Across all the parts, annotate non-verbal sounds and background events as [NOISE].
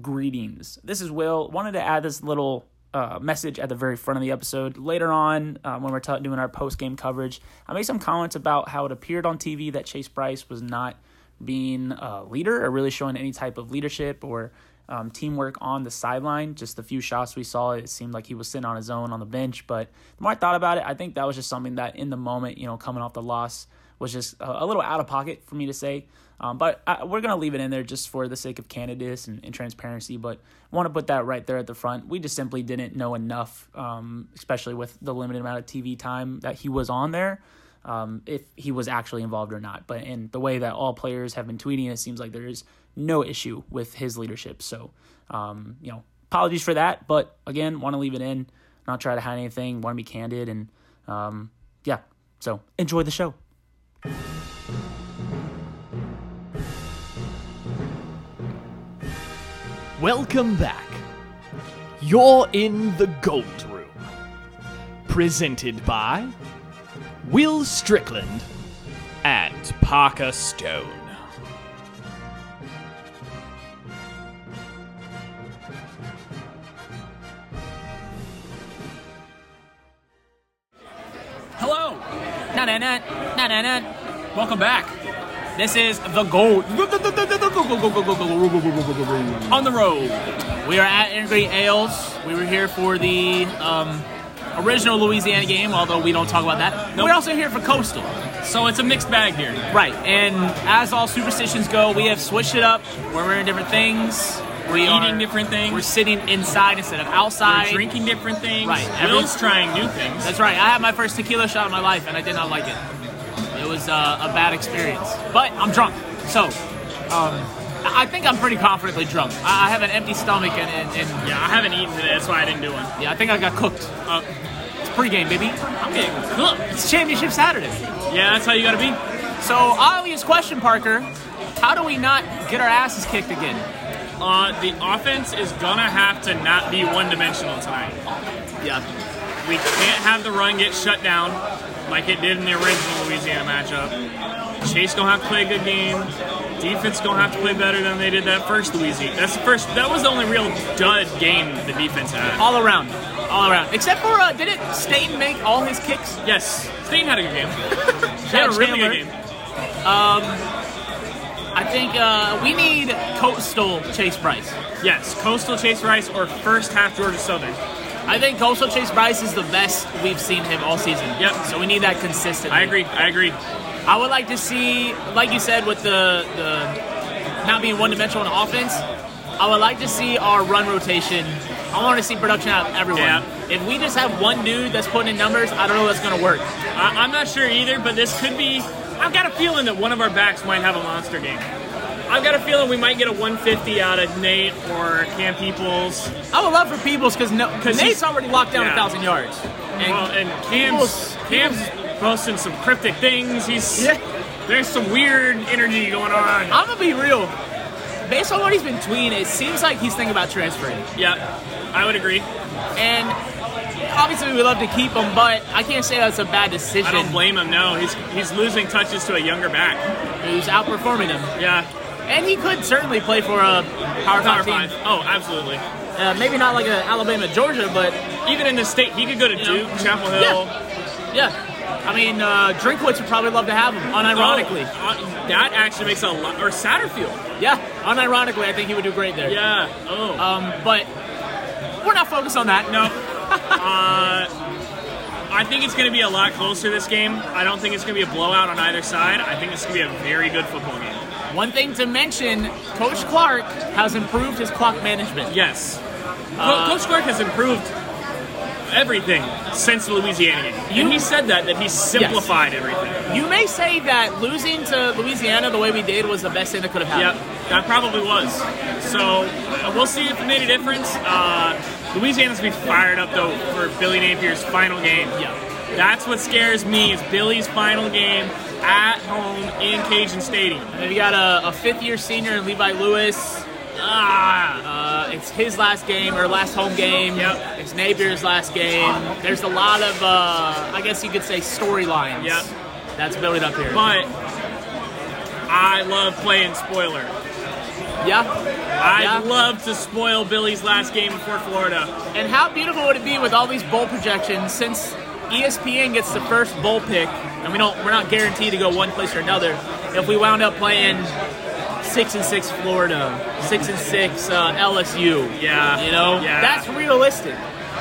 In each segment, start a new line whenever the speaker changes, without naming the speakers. greetings. This is Will. Wanted to add this little uh, message at the very front of the episode. Later on, uh, when we're ta- doing our post game coverage, I made some comments about how it appeared on TV that Chase Bryce was not being a leader or really showing any type of leadership or um, teamwork on the sideline. Just the few shots we saw, it seemed like he was sitting on his own on the bench. But the more I thought about it, I think that was just something that in the moment, you know, coming off the loss, was just a, a little out of pocket for me to say. Um, but I, we're going to leave it in there just for the sake of candidness and, and transparency. But want to put that right there at the front. We just simply didn't know enough, um, especially with the limited amount of TV time that he was on there. Um, if he was actually involved or not, but in the way that all players have been tweeting, it seems like there is no issue with his leadership. So, um, you know, apologies for that, but again, want to leave it in, not try to hide anything, want to be candid, and um, yeah. So enjoy the show.
Welcome back. You're in the Gold Room. Presented by Will Strickland and Parker Stone.
Hello. Na na na na na na. Welcome back. This is the gold on the road. We are at Integrity Ales. We were here for the um, original Louisiana game, although we don't talk about that. We're also here for Coastal.
So it's a mixed bag here.
Right, and as all superstitions go, we have switched it up. We're wearing different things. We
We're eating
are-
different things.
We're sitting inside instead of outside.
We're drinking different things.
Right, every-
Will's trying new things.
That's right. I had my first tequila shot of my life, and I did not like it. It was uh, a bad experience. But I'm drunk, so um, I I think I'm pretty confidently drunk. I I have an empty stomach, and, and, and
yeah, I haven't eaten today. That's why I didn't do one.
yeah, I think I got cooked. Uh, it's pregame, baby.
I'm getting cooked.
It's championship Saturday.
Yeah, that's how you gotta be.
So obvious question, Parker. How do we not get our asses kicked again?
Uh, the offense is gonna have to not be one dimensional tonight.
Yeah.
We can't have the run get shut down like it did in the original Louisiana matchup. Chase gonna have to play a good game. Defense gonna have to play better than they did that first Louisiana. That's the first. That was the only real dud game the defense had.
All around. All around. Except for, uh, did it Staten make all his kicks?
Yes, Stain had a good game. He had a really good game.
I think uh, we need Coastal Chase Price.
Yes, Coastal Chase Rice or first half Georgia Southern.
I think Coastal Chase Bryce is the best we've seen him all season.
Yep.
So we need that consistent.
I agree. I agree.
I would like to see, like you said, with the the not being one dimensional on offense. I would like to see our run rotation. I want to see production out of everyone.
Yeah.
If we just have one dude that's putting in numbers, I don't know that's going to work.
I, I'm not sure either, but this could be. I've got a feeling that one of our backs might have a monster game. I've got a feeling we might get a 150 out of Nate or Cam Peoples.
I would love for Peebles because no,
'Cause
Nate's
he's-
already locked down a
yeah.
thousand yards. And
well, and
Peoples-
Cam's Cam's posting some cryptic things. He's
Yeah.
there's some weird energy going on.
I'm gonna be real. Based on what he's been tweeting, it seems like he's thinking about transferring.
Yeah, I would agree.
And obviously, we love to keep him, but I can't say that's a bad decision.
I don't blame him. No, he's he's losing touches to a younger back.
He's outperforming him,
Yeah,
and he could certainly play for a power,
power
five team.
five. Oh, absolutely.
Uh, maybe not like a Alabama, Georgia, but
Even in the state, he could go to
You know?
Duke, Chapel Hill.
Yeah. yeah. I mean, uh, Drinkwitz would probably love to have him. Unironically,
Oh, uh, that actually makes a lot. Or Satterfield.
yeah. Unironically, I think he would do great there.
Yeah. Oh.
Um, but we're not focused on that.
no. uh, I think it's going to be a lot closer this game. I don't think it's going to be a blowout on either side. I think it's going to be a very good football game.
One thing to mention: Coach Clark has improved his clock management. Uh,
Yes. Co- Coach Clark has improved everything since the Louisiana game. and he said that that he simplified everything.
You may say that losing to Louisiana the way we did was the best thing that could have
Yep.
happened.
That probably was. So uh, we'll see if it made a difference. Uh, Louisiana's gonna be fired up though for Billy Napier's final game.
Yeah.
That's what scares me is Billy's final game at home in Cajun Stadium.
And we got a, a fifth year senior in Levi Lewis. Ah, uh, it's his last game or last home game.
Yep.
It's Napier's last game. There's a lot of, uh, I guess you could say, storylines.
Yep.
That's building up here.
But I love playing spoiler. Yeah.
I'd
Yeah.
love to spoil Billy's last game before Florida.
And how beautiful would it be with all these bowl projections since E ESPN gets the first bowl pick and we don't we're not guaranteed to go one place or another if we wound up playing six and six Florida, six and six uh, LSU.
Yeah.
You know?
Yeah.
That's realistic.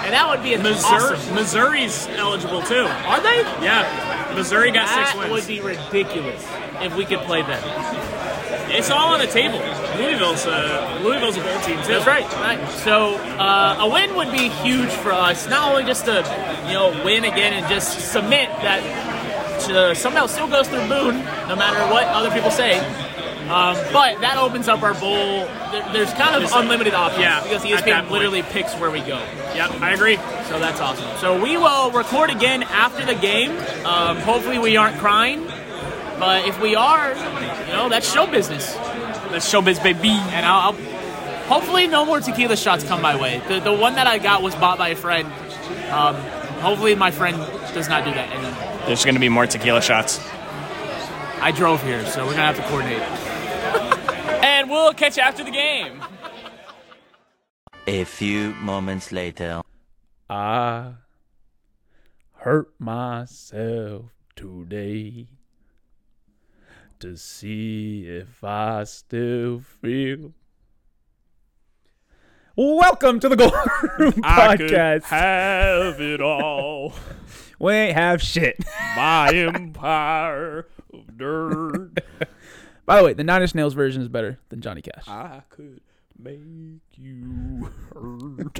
And that would be a
Missouri,
awesome.
Missouri's eligible too.
Are they?
Yeah, Missouri got
that
six wins.
would be ridiculous if we could play them.
It's all on the table. Louisville's uh, Louisville's a bowl team too.
That's right. right. So uh, a win would be huge for us. Not only just to you know win again and just submit that uh, somehow still goes through Boone, no matter what other people say. Um, but that opens up our bowl. There, there's kind of unlimited options
yeah,
because E
at that
ESPN
point.
literally picks where we go.
Yep, I agree.
So that's awesome. So we will record again after the game. Um, hopefully we aren't crying, but if we are, you know that's show business.
That's showbiz, baby.
And I'll, I'll hopefully no more tequila shots come my way. The, the one that I got was bought by a friend. Um, hopefully my friend does not do that anymore.
There's going to be more tequila shots.
I drove here, so we're gonna have to coordinate. [LAUGHS] and we'll catch you after the game.
A few moments later.
I hurt myself today to see if I still feel. Welcome to the Gold [LAUGHS] Room
Ah,
I could
Podcast.
have it all.
we ain't have shit.
My empire of dirt.
By the way, the Nine Inch Nails version is better than Johnny Cash.
Ah.
I could make you hurt.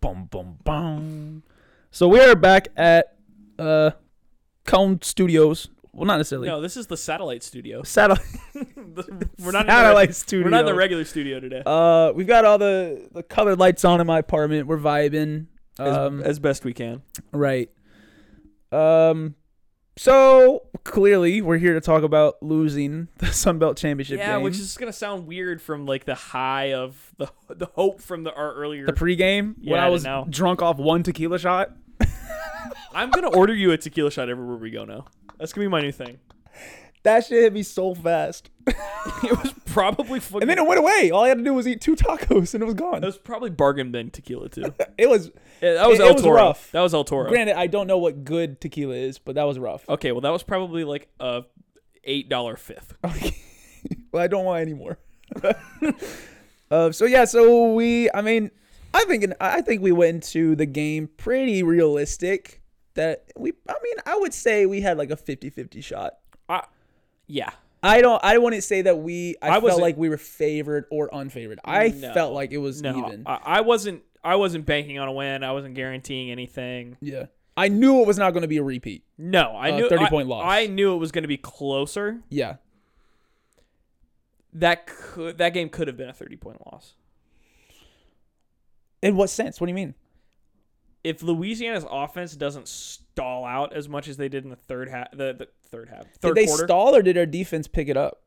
Boom, boom, boom. So we are back at uh, Cone Studios. Well, not necessarily.
No, this is the
[LAUGHS]
satellite studio.
Satellite.
We're not in the,
Satellite
reg-
studio.
We're not in the regular studio today.
Uh, we've got all the the colored lights on in my apartment. We're vibing.
as,
Um,
as best we can.
right. Um, so clearly we're here to talk about losing [LAUGHS] the Sun Belt Championship
Yeah,
game.
which is gonna sound weird from like the high of the the hope from the our earlier.
the pregame
Yeah,
when
I
I
didn't
was
know.
drunk off one tequila shot.
I'm gonna order you a tequila shot everywhere we go now. That's gonna be my new thing.
That shit hit me so fast,
It was probably fucking.
and then it went away. All I had to do was eat two tacos, and it was gone.
that was probably bargain bin tequila too.
It was.
Yeah, that was
It- it
El
was
Toro.
rough.
That was El Toro.
Granted, I don't know what good tequila is, but that was rough.
okay, well that was probably like a eight
[LAUGHS]
dollar fifth.
Well, I don't want any more. [LAUGHS] uh, so yeah, so we. I mean, I think I think we went into the game pretty realistic. That we. I mean, I would say we had like a 50-50 shot.
Yeah,
I don't. I wouldn't say that we. I, felt
wasn't-
like we were favored or unfavored. I
No.
felt like it was
no,
even.
I, I wasn't. I wasn't banking on a win. I wasn't guaranteeing anything.
yeah. I knew it was not going to be a repeat.
No, I
Uh,
knew
30
I-
point loss.
I knew it was going to be closer.
Yeah.
That could that game could have been a thirty point loss
In what sense? What do you mean?
if Louisiana's offense doesn't stall out as much as they did in the third half. The, the third half, third
did they
quarter.
stall or did our defense pick it up?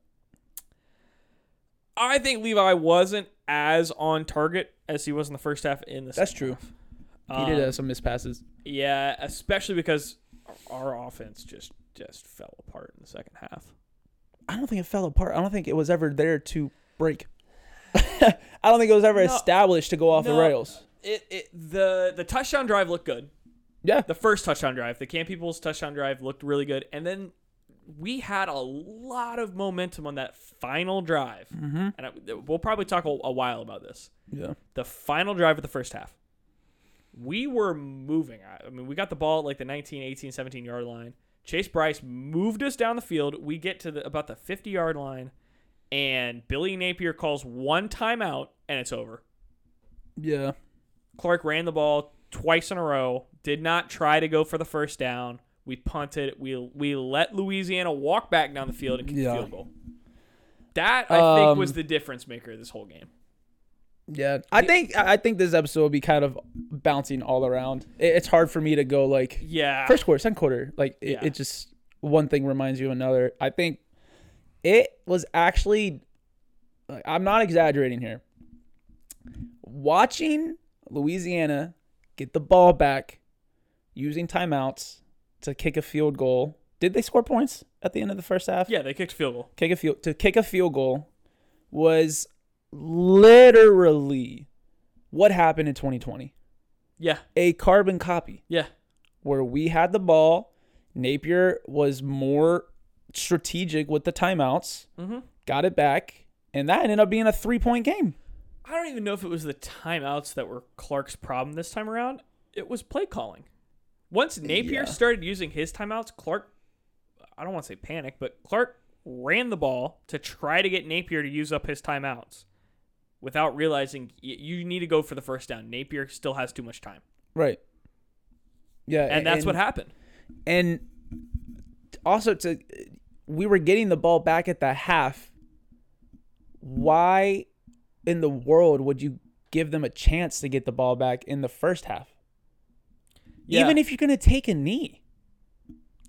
I think Levi wasn't as on target as he was in the first half. In the
That's
second
true.
half.
he did
Um,
have some missed passes.
Yeah, especially because our offense just just fell apart in the second half.
I don't think it fell apart. I don't think it was ever there to break. [LAUGHS] I don't think it was ever established to go off the
no.
rails.
It, it the the touchdown drive looked good.
Yeah.
the first touchdown drive, the Camp Peoples touchdown drive looked really good, and then we had a lot of momentum on that final drive, mm-hmm. and I, we'll probably talk a, a while about this.
Yeah.
The final drive of the first half, we were moving. I, I mean, we got the ball at like the 19, 18, 17 yard line. Chase Bryce moved us down the field. We get to the, about the 50 yard line, and Billy Napier calls one timeout, and it's over.
Yeah.
Clark ran the ball twice in a row, did not try to go for the first down. We punted. We we let Louisiana walk back down the field and kick
Yeah.
the field goal. That I think was
Um,
the difference maker of this whole game.
Yeah. I think I I think this episode will be kind of bouncing all around. It- It's hard for me to go like
Yeah.
first quarter, second quarter. Like it,
Yeah.
it just one thing reminds you of another. I think it was actually like, I'm not exaggerating here. Watching Louisiana get the ball back using timeouts to kick a field goal. Did they score points at the end of the first half?
yeah, they kicked a field goal.
Kick a field to kick a field goal was literally what happened in 2020
Yeah.
a carbon copy
Yeah.
where we had the ball. Napier was more strategic with the timeouts,
Mm-hmm.
got it back, and that ended up being a three point game.
I don't even know if it was the timeouts that were Clark's problem this time around. It was play calling. Once Napier
Yeah.
started using his timeouts, Clark, I don't want to say panic, but Clark ran the ball to try to get Napier to use up his timeouts without realizing y- you need to go for the first down. Napier still has too much time.
Right. Yeah.
And that's what happened.
And also, to we were getting the ball back at the half. Why in the world would you give them a chance to get the ball back in the first half? Even if you're going to take a knee.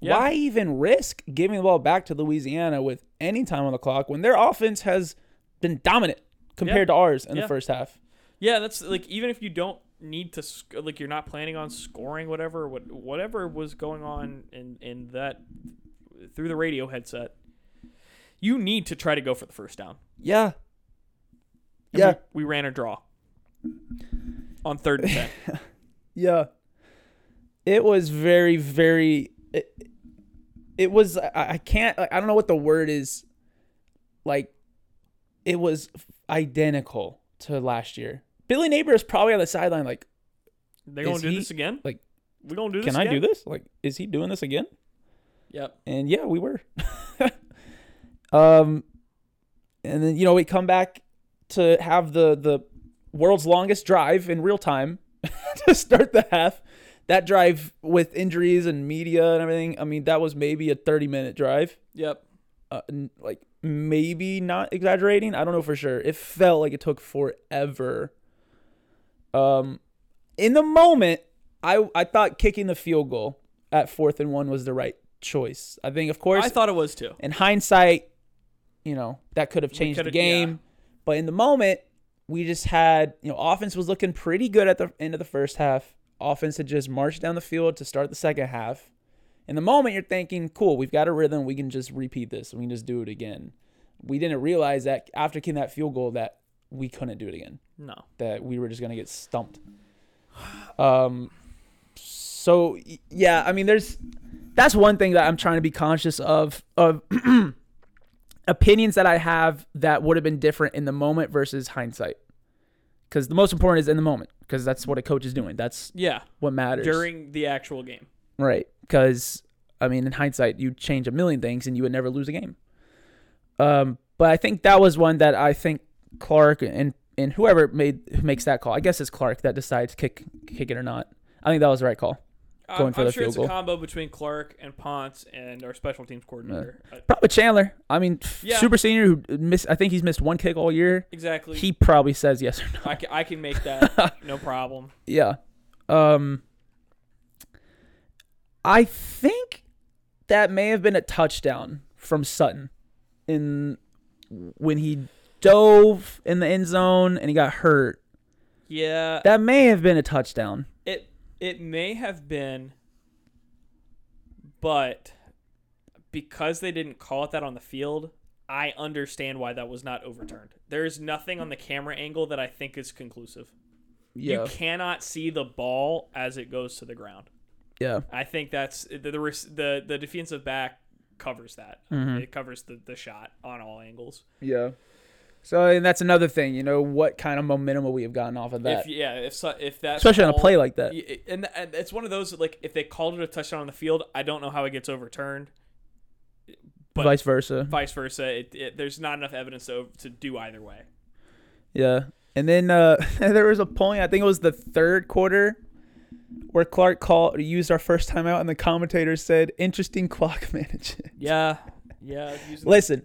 Yeah.
Why even risk giving the ball back to Louisiana with any time on the clock when their offense has been dominant compared to
Yeah.
ours in
Yeah.
the first half?
Yeah, that's like even if you don't need to sc- like you're not planning on scoring whatever what whatever was going on in in that through the radio headset, you need to try to go for the first down.
Yeah.
And
Yeah.
we, we ran a draw on third
[LAUGHS]
and ten.
Yeah. It was very, very. It, it was. I, I can't. I don't know what the word is. Like, it was identical to last year. Billy Neighbor is probably on the sideline, like,
They gonna
Is
do
he-
this again?
like,
we gonna do
can
this?
I do
again?
this? Like, is he doing this again?
Yep.
and yeah, we were. [LAUGHS] um, and then you know we come back to have the the world's longest drive in real time [LAUGHS] to start the half. That drive with injuries and media and everything. I mean, that was maybe a thirty minute drive.
Yep.
Uh, n- like maybe not exaggerating. I don't know for sure. It felt like it took forever. Um, in the moment, I I thought kicking the field goal at fourth and one was the right choice. I think, of course,
I thought it was too.
in hindsight, you know, that could have changed the
could've-
game.
yeah.
But in the moment, we just had, you know, offense was looking pretty good at the end of the first half. Offense had just marched down the field to start the second half. In the moment, you're thinking, cool, we've got a rhythm. We can just repeat this. We can just do it again. We didn't realize that after kicking that field goal that we couldn't do it again
No.
that we were just gonna get stumped. Um, so y- yeah, I mean, there's that's one thing that I'm trying to be conscious of of opinions that I have that would have been different in the moment versus hindsight. Because the most important is in the moment, because that's what a coach is doing. That's
Yeah.
what matters
During the actual game.
right? Because I mean, in hindsight, you change a million things and you would never lose a game. Um, but I think that was one that I think Clark and and whoever made who makes that call, I guess it's Clark that decides kick kick it or not. I think that was the right call.
I'm-
Going
I'm,
for the
sure
field
it's
goal.
a combo between Clark and Ponce and our special teams coordinator. Uh,
Probably Chandler. I mean,
Yeah.
super senior who missed. I think he's missed one kick all year.
exactly.
He probably says yes or no.
I can, I can
[LAUGHS]
make that no problem.
Yeah. Um I think that may have been a touchdown from Sutton in when he dove in the end zone and he got hurt.
Yeah,
That may have been a touchdown.
it it may have been, but because they didn't call it that on the field, I understand why that was not overturned. There is nothing on the camera angle that I think is conclusive. You cannot see the ball as it goes to the ground.
Yeah.
I think that's the the rec- the, the defensive back covers that.
Mm-hmm.
It covers the, the shot on all angles.
Yeah. So and that's another thing, you know, what kind of momentum would we have gotten off of that?
If yeah, if so, if that
Especially on a
call-
play like that.
Y- and, and it's one of those that, like if they called it a touchdown on the field, I don't know how it gets overturned. but-
Vice versa.
Vice versa, it, it, there's not enough evidence to, to do either way.
Yeah. And then uh, [LAUGHS] there was a point, I think it was the third quarter, where Clark called used our first time out and the commentator said, interesting clock [LAUGHS] management.
Yeah, yeah.
Listen,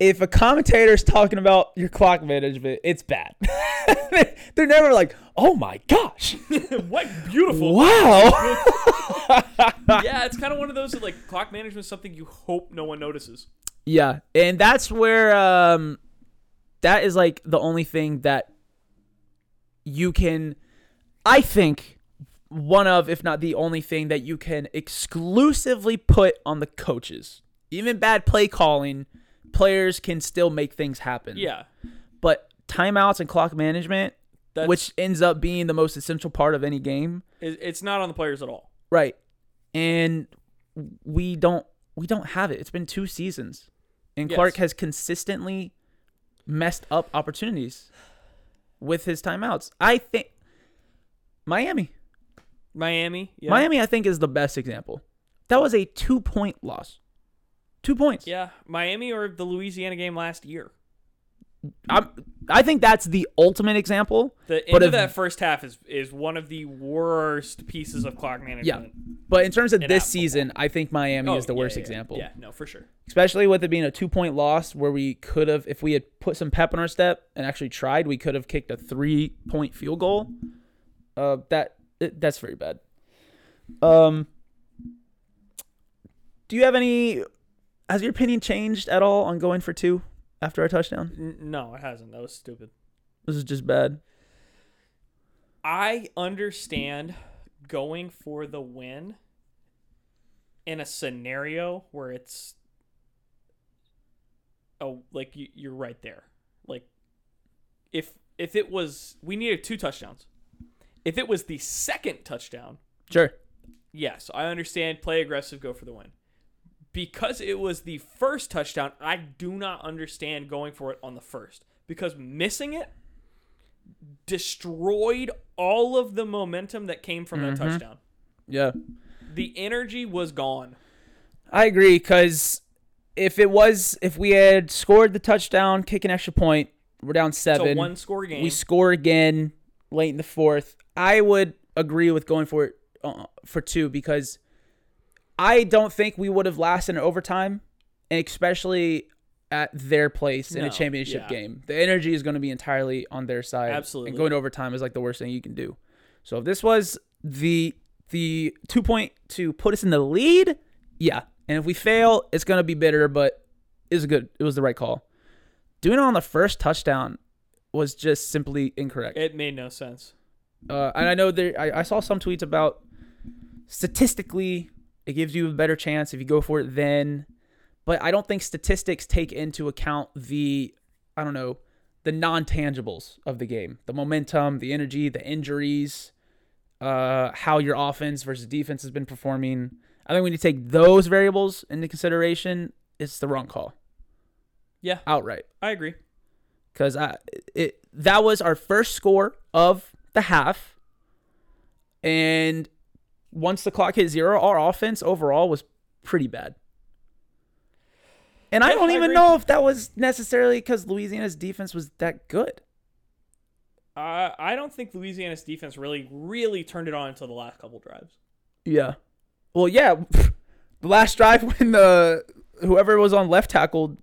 if a commentator's talking about your clock management, it's bad. [LAUGHS] They're never like, oh my gosh.
[LAUGHS] what beautiful.
Wow.
Yeah, it's kind of one of those that, like clock management is something you hope no one notices.
yeah. And that's where um that is like the only thing that you can I think one of, if not the only thing that you can exclusively put on the coaches. Even bad play calling, players can still make things happen.
Yeah.
But timeouts and clock management,
That's,
which ends up being the most essential part of any game,
it, it's not on the players at all.
right? And we don't we don't have it. It's been two seasons, and
Yes.
Clark has consistently messed up opportunities with his timeouts. I think Miami.
Miami. Yeah.
Miami, I think, is the best example. That was a two point loss. Two points.
Yeah. Miami or the Louisiana game last year.
I'm, I think that's the ultimate example.
The end
But
of
if-
that first half is, is one of the worst pieces of clock management.
Yeah. But in terms of
In
this
Apple.
season, I think Miami
Oh,
is the
yeah,
worst
yeah, yeah.
example.
Yeah, no, for sure.
Especially with it being a two point loss where we could have, if we had put some pep in our step and actually tried, we could have kicked a three point field goal. Uh, that it, That's very bad. Um, do you have any. Has your opinion changed at all on going for two after our touchdown?
N- no, it hasn't. That was stupid.
This is just bad.
I understand going for the win in a scenario where it's oh like you, you're right there. Like if if it was we needed two touchdowns. If it was the second touchdown,
Sure.
yes, I understand play aggressive, go for the win. Because it was the first touchdown, I do not understand going for it on the first because missing it destroyed all of the momentum that came from that touchdown.
Yeah.
The energy was gone.
I agree because if it was if we had scored the touchdown, kick an extra point, we're down
It's
seven.
a one score game.
we score again late in the fourth. I would agree with going for it uh, for two because I don't think we would have lasted in overtime, and especially at their place in a
No,
championship
yeah.
game. The energy is going to be entirely on their side.
Absolutely.
and going to overtime is like the worst thing you can do. So if this was the the two point to put us in the lead, yeah. And if we fail, it's going to be bitter, but is good. It was the right call. Doing it on the first touchdown was just simply incorrect.
it made no sense.
Uh, and I know there, I, I saw some tweets about statistically, it gives you a better chance if you go for it then. But I don't think statistics take into account the, I don't know, the non tangibles of the game the momentum, the energy, the injuries, uh, how your offense versus defense has been performing. I think when you take those variables into consideration, it's the wrong call.
Yeah.
Outright
I agree.
because I it that was our first score of the half, and once the clock hit zero, our offense overall was pretty bad. And I
Yeah,
don't
I
even
agree.
know if that was necessarily because Louisiana's defense was that good.
I I don't think Louisiana's defense really really turned it on until the last couple drives.
Yeah. Well, yeah. [LAUGHS] The last drive when the whoever was on left tackle,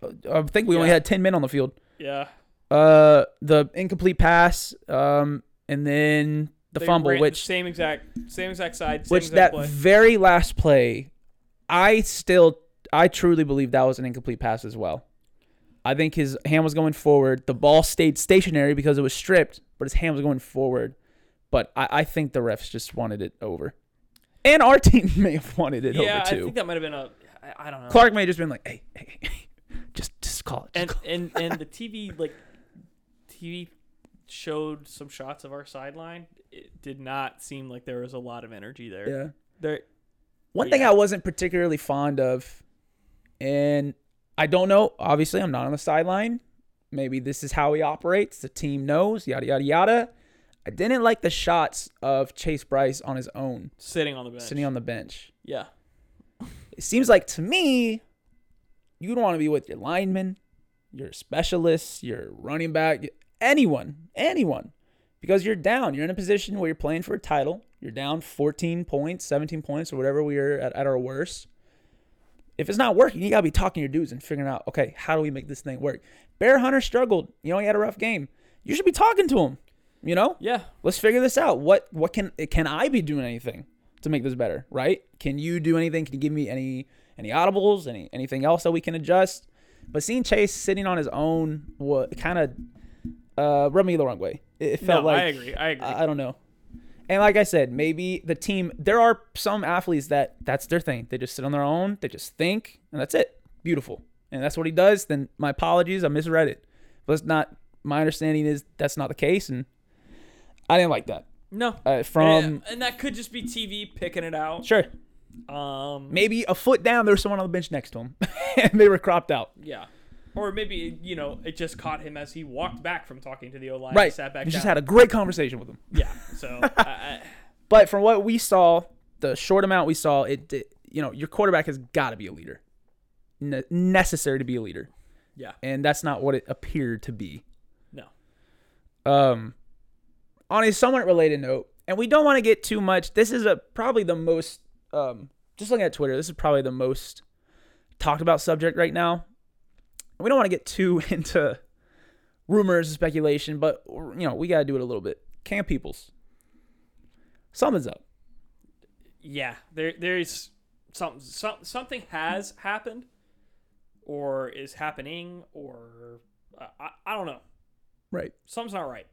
uh, I think we only
Yeah.
had ten men on the field.
Yeah.
Uh, the incomplete pass, um, and then the
They
fumble,
ran the
which
same exact same exact side, same
which that
exact play.
very last play, I still, I truly believe that was an incomplete pass as well. I think his hand was going forward. The ball stayed stationary because it was stripped, but his hand was going forward. But I, I think the refs just wanted it over, and our [LAUGHS] team may have wanted it
yeah,
over
I
too.
think that might have been a I, I don't know.
Clark may have just been like, "Hey, hey, hey, just just call it." Just [LAUGHS]
and
call
and and the TV like TV showed some shots of our sideline. It did not seem like there was a lot of energy there.
it." Yeah.
There
One thing
Yeah.
I wasn't particularly fond of, and I don't know, obviously, I'm not on the sideline. Maybe this is how he operates. The team knows, yada, yada, yada. I didn't like the shots of Chase Bryce on his own,
sitting on the bench.
sitting on the bench.
yeah.
It seems like to me, you don't want to be with your lineman, your specialist, your running back, anyone, anyone, because you're down. You're in a position where you're playing for a title. You're down 14 points, 17 points, or whatever we are at, at our worst. If it's not working, you got to be talking to your dudes and figuring out, okay, how do we make this thing work? Bear Hunter struggled. You know, he had a rough game. You should be talking to him, you know?
Yeah.
let's figure this out. What what can can I be doing anything to make this better? Right? Can you do anything? Can you give me any any audibles? Any anything else that we can adjust? But seeing Chase sitting on his own, what kind of uh, rubbed me the wrong way. It, it felt
No,
like
I agree. I agree.
I, I don't know. And like I said, maybe the team. There are some athletes that that's their thing. They just sit on their own. They just think, and that's it. Beautiful. and that's what he does, then my apologies. I misread it. But it's not. My understanding is that's not the case, and I didn't like that.
No.
Uh, from
and, and that could just be TV picking it out.
sure,
Um,
maybe a foot down, there was someone on the bench next to him, [LAUGHS] and they were cropped out.
yeah. Or maybe you know it just caught him as he walked back from talking to the O line.
Right,
Sat back
we just
down.
had a great conversation with him.
yeah. So I, I,
But from what we saw, the short amount we saw, it, it you know your quarterback has got to be a leader, ne- necessary to be a leader,
yeah.
and that's not what it appeared to be.
No.
Um, on a somewhat related note, and we don't want to get too much. This is a probably the most um just looking at Twitter. This is probably the most talked about subject right now. We don't want to get too [LAUGHS] into rumors and speculation, but you know we got to do it a little bit. Cam Peoples, something's up.
Yeah. There there's something some, something has happened, or is happening, or uh, I I don't know.
Right.
Something's not right.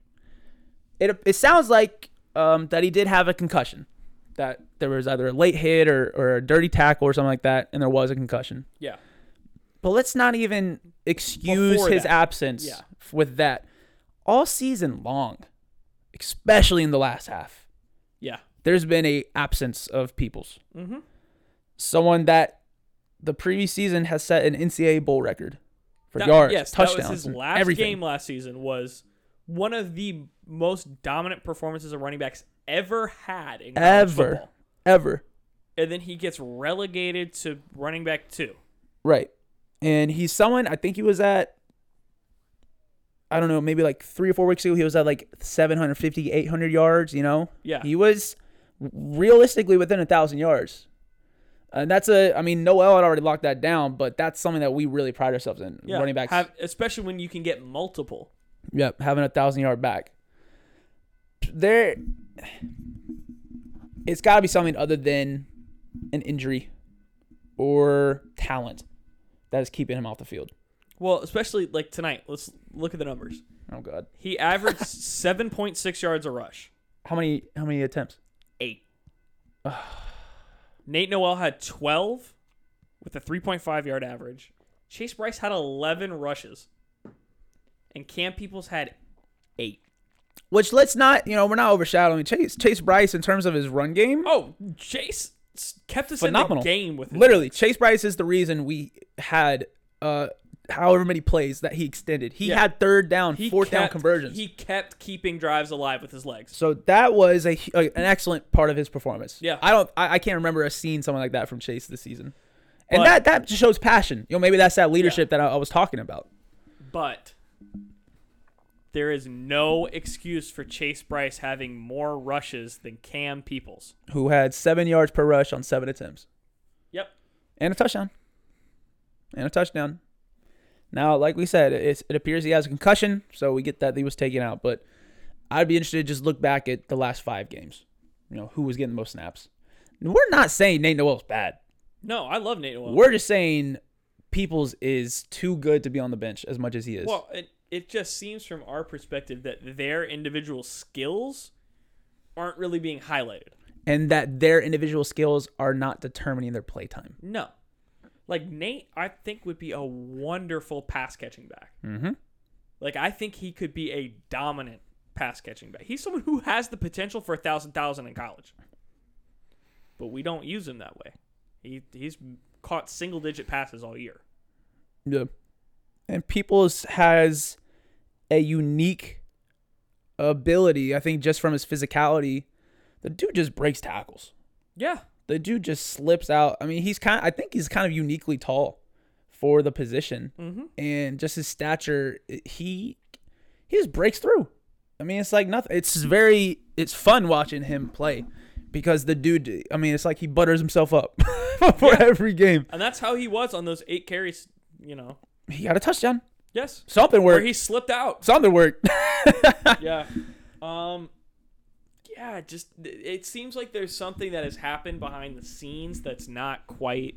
It it sounds like um, that he did have a concussion. That there was either a late hit or, or a dirty tackle or something like that, and there was a concussion.
Yeah.
But let's not even excuse
Before
his
that.
absence
Yeah.
f- with that. All season long, especially in the last half,
Yeah.
there's been a absence of peoples. Mm-hmm. Someone that the previous season has set an NCAA bowl record for
That-
yards,
Yes,
touchdowns,
that was his
and
last
everything.
game last season was one of the most dominant performances a running backs ever had in college
ever,
football.
ever.
And then he gets relegated to running back two.
Right. And he's someone I think he was at I don't know, maybe like 3 or 4 weeks ago he was at like 750 800 yards, you know.
Yeah.
He was realistically within a 1000 yards. And that's a I mean Noel had already locked that down, but that's something that we really pride ourselves in.
Yeah,
running backs.
have, especially when you can get multiple.
Yep, having a thousand yard back. There, it's got to be something other than an injury or talent that is keeping him off the field.
Well, especially like tonight. Let's look at the numbers.
Oh God,
He averaged seven point six yards a rush.
how many how many attempts?
Eight. Nate Noel had twelve with a three point five yard average. Chase Bryce had eleven rushes. And Cam Peoples had eight.
Which let's not you know we're not overshadowing Chase Chase Bryce in terms of his run game.
Oh, Chase s- kept us
Phenomenal.
in the game with his-
Literally, Chase Bryce is the reason we had uh however many plays that he extended. He
Yeah.
had third down,
He
fourth down
kept-
conversions.
He kept keeping drives alive with his legs.
So that was a, a- an excellent part of his performance.
Yeah.
I don't I, I can't remember us seeing something like that from Chase this season. And
But-
that that just shows passion. You know, maybe that's that leadership that I, I was talking about.
But there is no excuse for Chase Bryce having more rushes than Cam Peoples.
Who had seven yards per rush on seven attempts.
Yep.
And a touchdown. And a touchdown. Now, like we said, it's, it appears he has a concussion, so we get that he was taken out. But I'd be interested to just look back at the last five games. You know, who was getting the most snaps. We're not saying Nate Noel's bad.
No, I love Nate Noel.
We're just saying Peoples is too good to be on the bench as much as he is.
Well, it, it just seems from our perspective that their individual skills aren't really being highlighted.
and that their individual skills are not determining their playtime.
No. Like Nate, I think would be a wonderful pass catching back. Mm-hmm. Like I think he could be a dominant pass catching back. He's someone who has the potential for a thousand thousand in college, but we don't use him that way. He he's caught single digit passes all year.
Yeah. And Peoples has a unique ability, I think, just from his physicality. The dude just breaks tackles.
Yeah,
The dude just slips out. I mean, he's kind. I think he's kind of uniquely tall for the position,
Mm-hmm.
and just his stature. it- He he just breaks through. I mean, it's like nothing. It's very. It's fun watching him play because the dude. I mean, it's like he butters himself up [LAUGHS] for every game.
and that's how he was on those eight carries. You know,
He got a touchdown.
yes,
Something
where
worked.
he slipped out.
Something worked. [LAUGHS]
yeah. [LAUGHS] Um yeah, just it seems like there's something that has happened behind the scenes that's not quite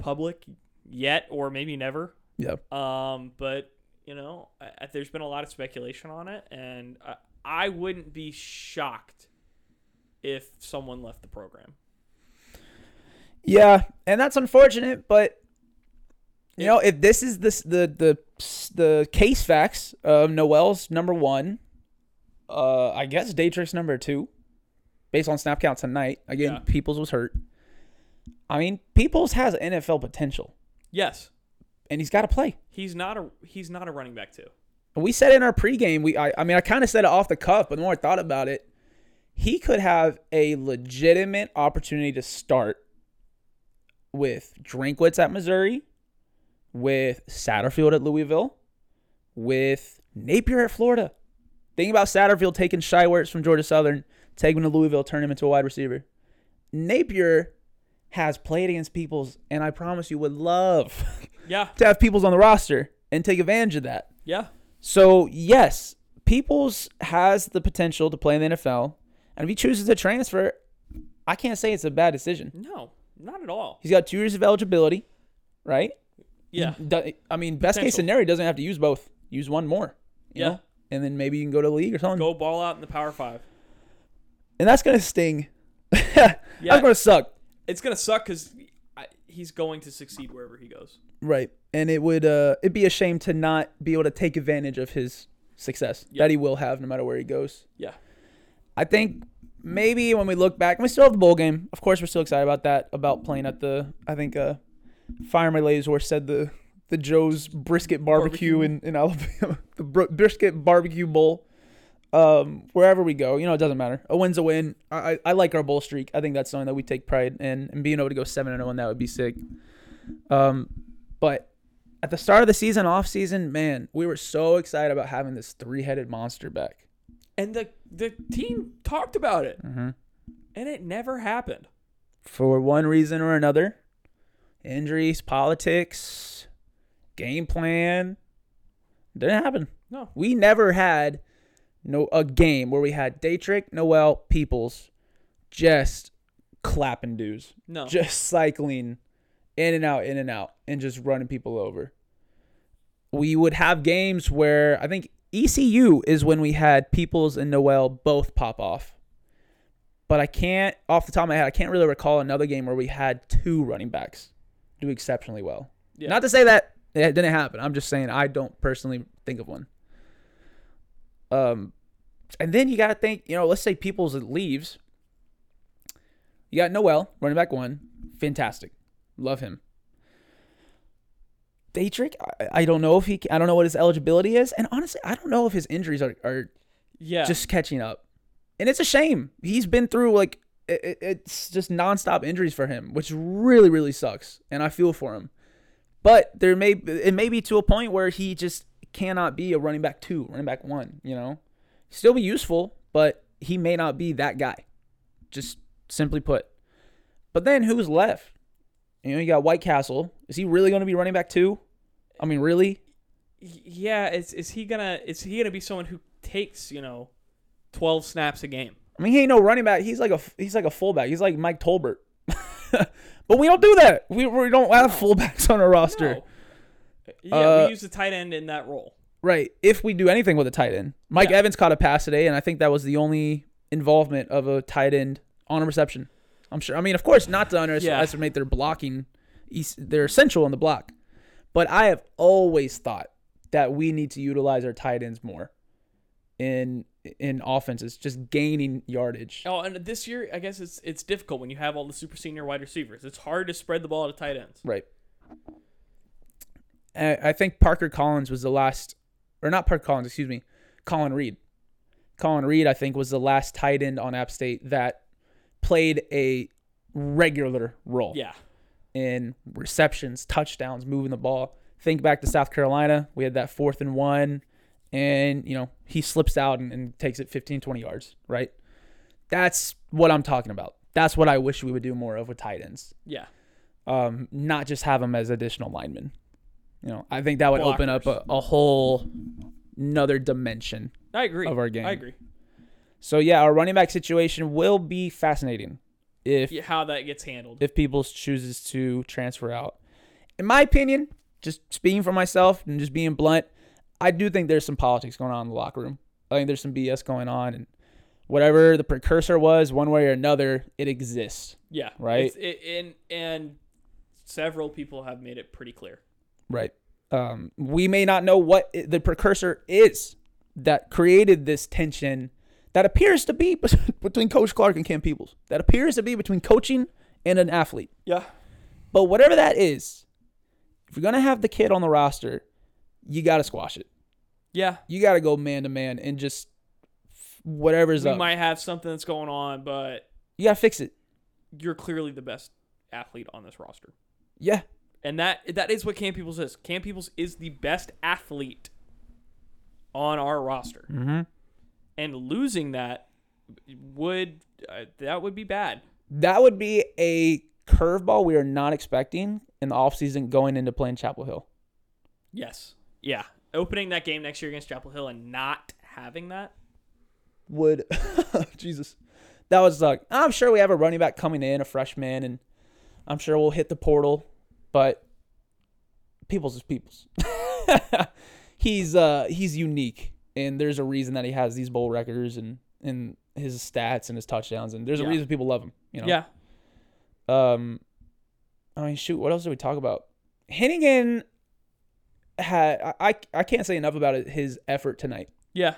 public yet or maybe never.
yeah.
Um but, you know, I, I- there's been a lot of speculation on it and I, I wouldn't be shocked if someone left the program.
Yeah, and that's unfortunate, but You know, if this is this the the the case facts of Noel's number one, uh, I guess Daytrix number two, based on snap count tonight. Again,
Yeah.
Peoples was hurt. I mean, Peoples has NFL potential,
Yes,
and he's got to play.
he's not a he's not a running back too.
We said in our pregame, we I, I mean, I kind of said it off the cuff, but the more I thought about it, he could have a legitimate opportunity to start with Drinkwitz at Missouri, with Satterfield at Louisville, with Napier at Florida. Think about Satterfield taking Shywertz from Georgia Southern, take him to Louisville, turn him into a wide receiver. Napier has played against Peoples, and I promise you would love
Yeah,
[LAUGHS] to have Peoples on the roster and take advantage of that.
yeah,
So yes, Peoples has the potential to play in the NFL, and if he chooses to transfer, I can't say it's a bad decision.
no, not at all.
He's got two years of eligibility, right?
Yeah,
Do- I mean, best case
Potential.
scenario he doesn't have to use both. Use one more, you
Yeah.
know, and then maybe you can go to the league or something.
go ball out in the Power Five.
And that's gonna sting. [LAUGHS] That's gonna suck,
It's gonna suck because he's going to succeed wherever he goes.
right? And it would uh, it'd be a shame to not be able to take advantage of his success that he will have no matter where he goes.
Yeah,
I think maybe when we look back, and we still have the bowl game. Of course, we're still excited about that, about playing at the. I think uh, Fireman Lazor said the the Joe's Brisket Barbecue, In, in Alabama, [LAUGHS] the Br- Brisket Barbecue Bowl. Um, wherever we go, you know, it doesn't matter. A win's a win. I, I, I like our bowl streak. I think that's something that we take pride in, and being able to go seven and zero, and that would be sick. Um, but at the start of the season, off season, man, we were so excited about having this three headed monster back.
and the the team talked about it, and it never happened.
for one reason or another injuries, politics, game plan. Didn't happen.
No.
We never had no a game where we had Daytrick, Noel, Peoples just clapping dudes.
No.
Just cycling in and out, in and out, and just running people over. We would have games where I think ECU is when we had Peoples and Noel both pop off. But I can't off the top of my head, I can't really recall another game where we had two running backs do exceptionally well.
Yeah.
Not to say that it didn't happen. I'm just saying I don't personally think of one. Um, and then you got to think, you know, let's say Peoples leaves. You got Noel, running back one, fantastic, love him. Daytrick, I, I don't know if he, I don't know what his eligibility is, and honestly, I don't know if his injuries are, are
yeah,
just catching up. And it's a shame. He's been through like it, it- it's just nonstop injuries for him, which really really sucks, and I feel for him. But there may it may be to a point where he just cannot be a running back two, running back one. You know, still be useful, but he may not be that guy. Just simply put. But then who's left? You know, you got White Castle. Is he really going to be running back two? I mean, really?
yeah. Is is he gonna is he gonna be someone who takes you know twelve snaps a game?
I mean, he ain't no running back. He's like a he's like a fullback. He's like Mike Tolbert. [LAUGHS] but we don't do that. We, we don't have fullbacks on our roster,
No. Yeah,
Uh,
we use the tight end in that role.
right? If we do anything with a tight end, Mike
Yeah.
Evans caught a pass today, and I think that was the only involvement of a tight end on a reception. I'm sure. I mean, of course, not to underestimate their blocking. es- They're essential on the block, but I have always thought that we need to utilize our tight ends more in in offenses, just gaining yardage.
Oh, and this year, I guess it's it's difficult when you have all the super senior wide receivers. It's hard to spread the ball to tight ends.
Right. I I think Parker Collins was the last, or not Parker Collins, excuse me, Colin Reed. Colin Reed, I think, was the last tight end on App State that played a regular role
Yeah,
in receptions, touchdowns, moving the ball. Think back to South Carolina. We had that fourth and one, and, you know, he slips out and, and takes it 15, 20 yards, right? That's what I'm talking about. That's what I wish we would do more of with tight ends
yeah,
um, not just have them as additional linemen. You know, I think that would open up a,
Blockers.
a whole another dimension.
I agree.
Of our game.
I agree.
So yeah, our running back situation will be fascinating if
Yeah, how that gets handled.
if Peoples chooses to transfer out. In my opinion, just speaking for myself and just being blunt, I do think there's some politics going on in the locker room. I think there's some BS going on and whatever the precursor was, one way or another, it exists.
yeah,
Right.
It's, it, and and several people have made it pretty clear.
right? Um, we may not know what i- the precursor is that created this tension that appears to be [LAUGHS] between Coach Clark and Cam Peoples, that appears to be between coaching and an athlete.
Yeah.
But whatever that is, if you're going to have the kid on the roster, you got to squash it.
Yeah.
You got to go man to man and just f- whatever's
We
up.
might have something that's going on, but
you got to fix it.
you're clearly the best athlete on this roster.
Yeah.
And that that is what Cam Peoples is. Cam Peoples is the best athlete on our roster. Mm-hmm. And losing that would uh, that would be bad.
That would be a curveball we are not expecting in the offseason going into playing Chapel Hill.
Yes. Yeah. Opening that game next year against Chapel Hill and not having that.
would [LAUGHS] Jesus. That was like I'm sure we have a running back coming in, a freshman, and I'm sure we'll hit the portal, but Peoples is Peoples. [LAUGHS] he's uh he's unique and there's a reason that he has these bowl records and and his stats and his touchdowns and there's a
Yeah.
reason people love him, you know.
Yeah.
Um, I mean, shoot, what else did we talk about? Hennigan had I I, I can't say enough about it, his effort tonight
Yeah.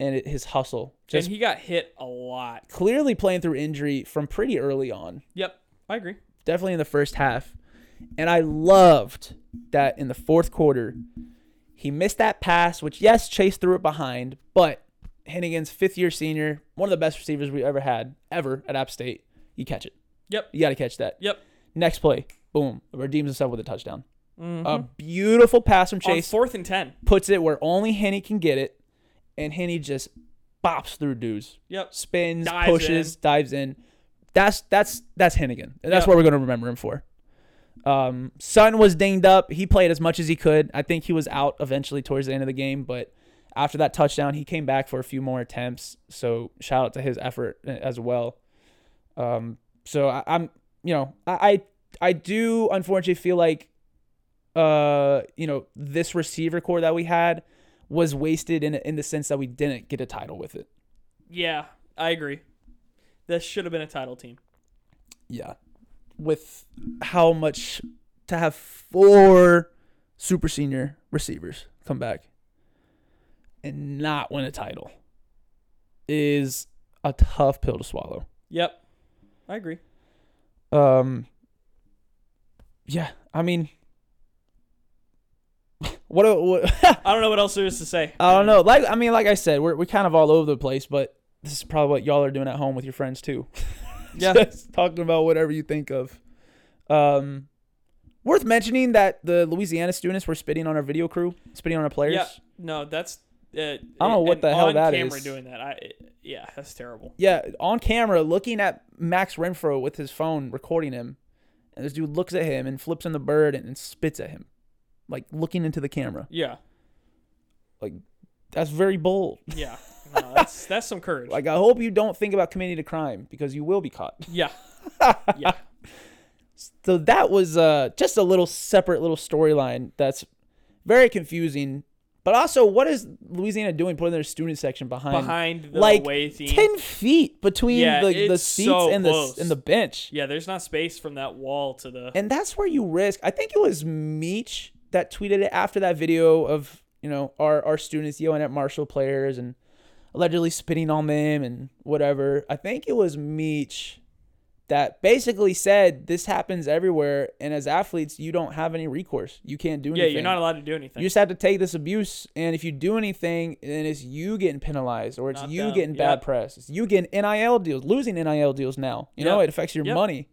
and it, his hustle. Just
and he got hit a lot.
clearly playing through injury from pretty early on,
Yep. I agree.
definitely in the first half. And I loved that in the fourth quarter, he missed that pass, which, yes, Chase threw it behind, but Hennigan's fifth year senior, one of the best receivers we ever had, ever at App State, you catch it.
Yep.
You got to catch that.
Yep.
Next play, boom, redeems himself with a touchdown. A beautiful pass from
Mm-hmm. On
Chase,
fourth and ten.
puts it where only Henny can get it, and Henny just bops through dudes
Yep.
spins,
Dives
pushes, dives in. That's that's that's Hennigan. And that's
Yeah.
what we're gonna remember him for. Um, Sutton was dinged up. He played as much as he could. I think he was out eventually towards the end of the game, but after that touchdown, he came back for a few more attempts. So shout out to his effort uh, as well. Um, so I, I'm, you know, I, I I do unfortunately feel like, uh, you know, this receiver core that we had was wasted in in the sense that we didn't get a title with it.
Yeah. I agree. This should have been a title team.
yeah with how much to have four super senior receivers come back and not win a title is a tough pill to swallow
Yep. I agree.
um yeah i mean [LAUGHS] what, do- what [LAUGHS]
I don't know what else there is to say.
i don't know like i mean like i said we're, we're kind of all over the place but this is probably what y'all are doing at home with your friends too [LAUGHS]
Yeah.
just talking about whatever you think of. Um, worth mentioning that the Louisiana students were spitting on our video crew, spitting on our players.
yeah. No, that's. Uh, I
don't know what the hell
on
that
camera
is.
doing that. I. Yeah, that's terrible.
Yeah, on camera, looking at Max Renfro with his phone, recording him, and this dude looks at him and flips him the bird and, and spits at him, like looking into the camera.
Yeah.
Like that's very bold.
Yeah. No, that's [LAUGHS] that's some courage.
Like I hope you don't think about committing a crime because you will be caught. [LAUGHS]
yeah. Yeah.
so that was uh, just a little separate little storyline that's very confusing. But also, what is Louisiana doing putting their student section behind
Behind the
like
away team.
ten feet between
Yeah,
the, the
it's
seats
so
and the
close.
and the bench?
Yeah. There's not space from that wall to the.
And that's where you risk. I think it was Meech that tweeted it after that video of you know our our students yelling at Marshall players and allegedly spitting on them and whatever. I think it was Meech that basically said this happens everywhere, and as athletes, you don't have any recourse. You can't do
Yeah.
anything.
You're not allowed to do anything.
You just have to take this abuse, and if you do anything, then it's you getting penalized, or it's
Not
you
them.
getting bad
Yep.
press, it's you getting NIL deals, losing NIL deals now. You know it
Yep.
affects your
Yep.
money.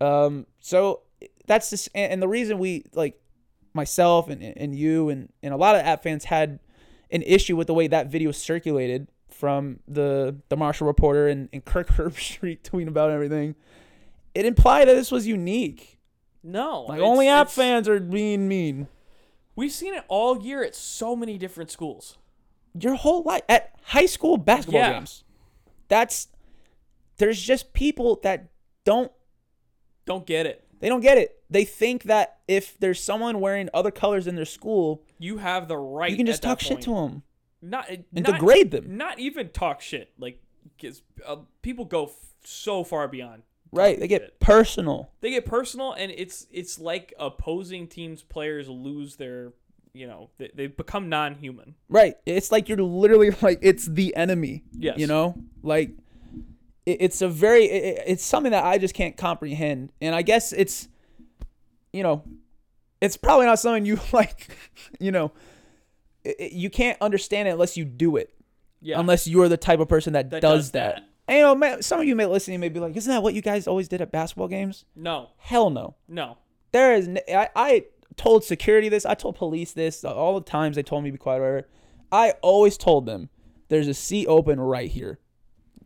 Um, so that's just, and, and the reason we like myself and and you and and a lot of app fans had an issue with the way that video circulated from the the Marshall reporter and, and Kirk [LAUGHS] Herbstreit tweeting about everything. It implied that this was unique.
no.
Like
it's-
only app
it's-
fans are being mean.
We've seen it all year at so many different schools.
your whole life at high school basketball
Yeah.
games. That's there's just people that don't
Don't get it.
they don't get it. They think that if there's someone wearing other colors in their school,
You have the right.
you can just
at that
talk shit
point.
to them.
Not eh,
And
not-
degrade them.
Not even talk shit. Like, 'cause, uh, people go f- so far beyond
Right. They get personal.
They get personal, and it's it's like opposing teams' players lose their, you know, they, they become non-human.
Right. It's like you're literally [LAUGHS] like it's the enemy.
Yes.
You know, like it, it's a very it, it- it's something that I just can't comprehend, and I guess it's you know it's probably not something you [LAUGHS] like you know i- i- you can't understand it unless you do it
Yeah.
unless you're the type of person that, does,
does
that.
that.
And, you know, ma- some of you may listen and may be like, "Isn't that what you guys always did at basketball games?"
no,
Hell no.
no.
There is. n- I, I told security this. I told police this. uh, All the times they told me to be quiet, whatever. I always told them, "There's a seat open right here.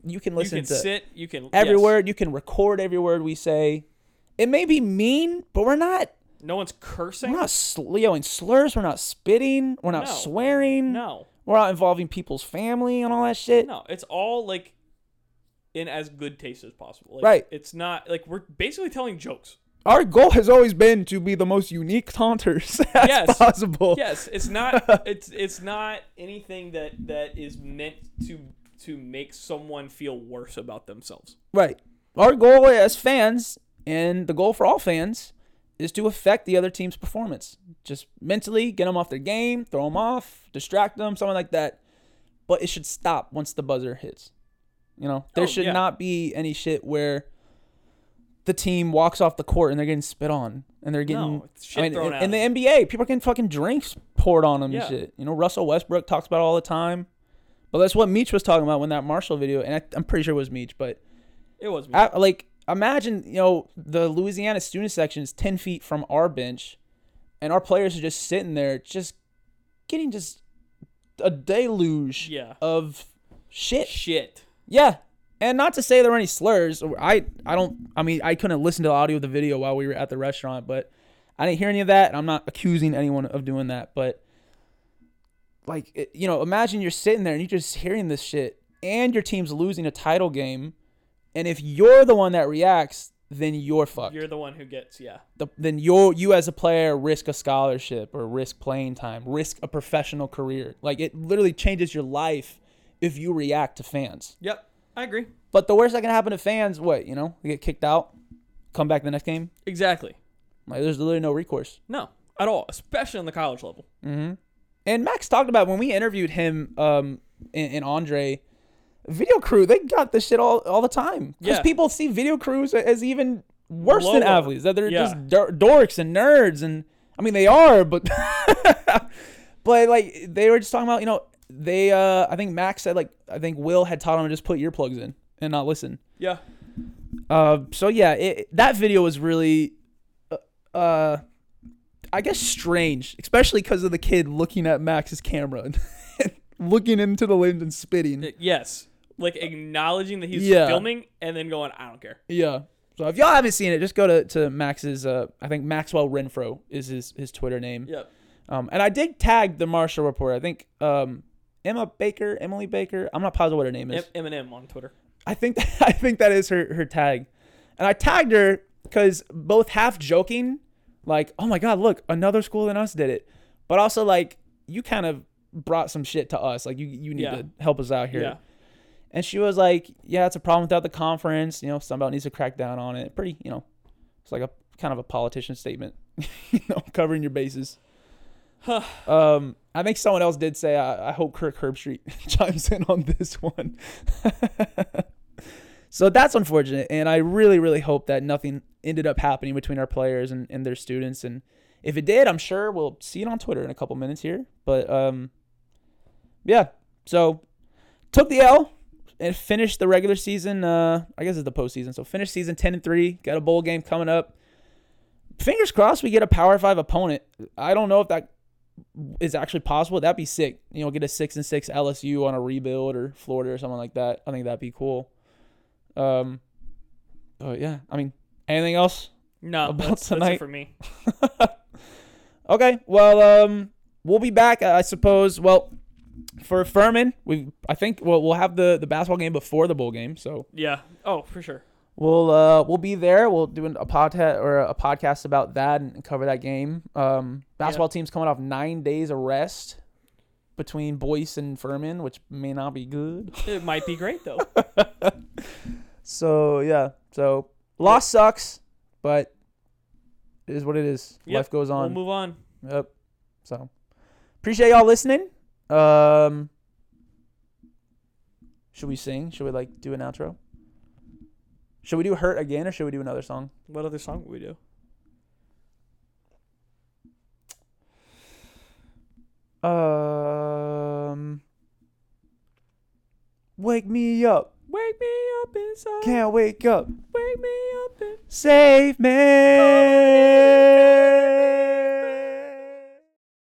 You can
You
listen
can
to
sit. You can
every
yes.
word. You can record every word we say. It may be mean, but we're not.
No one's cursing.
We're not sl- yelling slurs. We're not spitting. We're not
No.
swearing.
No,
We're not involving people's family and all that shit.
no. It's all like in as good taste as possible. Like,
Right.
It's not like we're basically telling jokes.
our goal has always been to be the most unique taunters [LAUGHS] as
Yes.
possible. [LAUGHS]
Yes, it's not it's it's not anything that that is meant to to make someone feel worse about themselves.
Right. Our goal as fans, and the goal for all fans, is to affect the other team's performance. Just mentally get them off their game, throw them off, distract them, something like that. But it should stop once the buzzer hits. You know, there
Oh,
should
yeah.
not be any shit where the team walks off the court and they're getting spit on and they're getting
No, it's shit thrown
in,
at
in the NBA, people are getting fucking drinks poured on them
Yeah.
and shit. You know, Russell Westbrook talks about it all the time. But that's what Meach was talking about when that Marshall video, and I, I'm pretty sure it was Meach, but
It was me.
I, like imagine you know the Louisiana student section is ten feet from our bench, and our players are just sitting there, just getting just a deluge
Yeah.
of shit.
shit.
Yeah, and not to say there were any slurs. or I I don't. I mean, I couldn't listen to the audio of the video while we were at the restaurant, but I didn't hear any of that. And I'm not accusing anyone of doing that, but like it, you know, imagine you're sitting there and you're just hearing this shit, and your team's losing a title game, and if you're the one that reacts, then you're fucked.
You're the one who gets yeah.
the, then you're you as a player risk a scholarship or risk playing time, risk a professional career. Like it literally changes your life if you react to fans.
Yep. I agree.
But the worst that can happen to fans, what you know, they get kicked out, come back the next game.
Exactly.
Like there's literally no recourse.
No. At all, especially on the college level.
And Max talked about when we interviewed him, um, and, and Andre, video crew. They got this shit all all the time because
Yeah.
people see video crews as even worse than
Lower.
athletes. That they're
Yeah.
just dor- dorks and nerds, and I mean they are, but [LAUGHS] but like they were just talking about you know they uh I think Max said like I think Will had taught him to just put earplugs in and not listen.
Yeah.
Uh, so yeah, it, that video was really, uh, uh, I guess strange, especially because of the kid looking at Max's camera and [LAUGHS] looking into the lens and spitting.
Yes. Like acknowledging that he's
Yeah.
filming and then going, I don't care.
Yeah. So if y'all haven't seen it, just go to, to Max's. Uh, I think Maxwell Renfro is his his Twitter name.
Yep.
Um, and I did tag the Marshall report. I think um, Emma Baker, Emily Baker. I'm not positive what her name is.
M- Eminem on Twitter.
I think [LAUGHS] I think that is her her tag, and I tagged her because both half joking, like oh my god, look another school than us did it, but also like you kind of brought some shit to us, like you you need
Yeah.
to help us out here.
Yeah.
And she was like, yeah, it's a problem without the conference, you know, somebody needs to crack down on it. Pretty, you know, it's like a kind of a politician statement, [LAUGHS] you know, covering your bases. um, I think someone else did say, I, I hope Kirk Herbstreit [LAUGHS] chimes in on this one. [LAUGHS] so that's unfortunate. And I really, really hope that nothing ended up happening between our players and, and their students. And if it did, I'm sure we'll see it on Twitter in a couple minutes here. But um, yeah, so took the L and finished the regular season. Uh, I guess it's the postseason. So finished season 10 and 3. Got a bowl game coming up. Fingers crossed we get a power five opponent. I don't know if that is actually possible. That'd be sick. You know, get a six and six LSU on a rebuild or Florida or something like that. I think that'd be cool. Um, but yeah, I mean, anything else?
No.
About
that's, that's it
tonight.
for me.
Okay, well, um, we'll be back, I suppose. Well, for Furman, we I think we'll, we'll have the the basketball game before the bowl game, so
Yeah. Oh, for sure.
we'll uh we'll be there. We'll do an- a podcast or a podcast about that and cover that game. Um, basketball team's coming off nine days of rest between Boyce and Furman, which may not be good. [LAUGHS]
It might be great though.
So yeah, so Loss sucks, but it is what it is.
Yep,
Life goes on.
We'll move on.
Yep. So appreciate y'all listening. Um Should we sing? Should we like do an outro? Should we do Hurt again or should we do another song?
What other song would we do?
Um Wake me up.
Wake me up inside.
Can't wake up.
Wake me up inside.
Save me.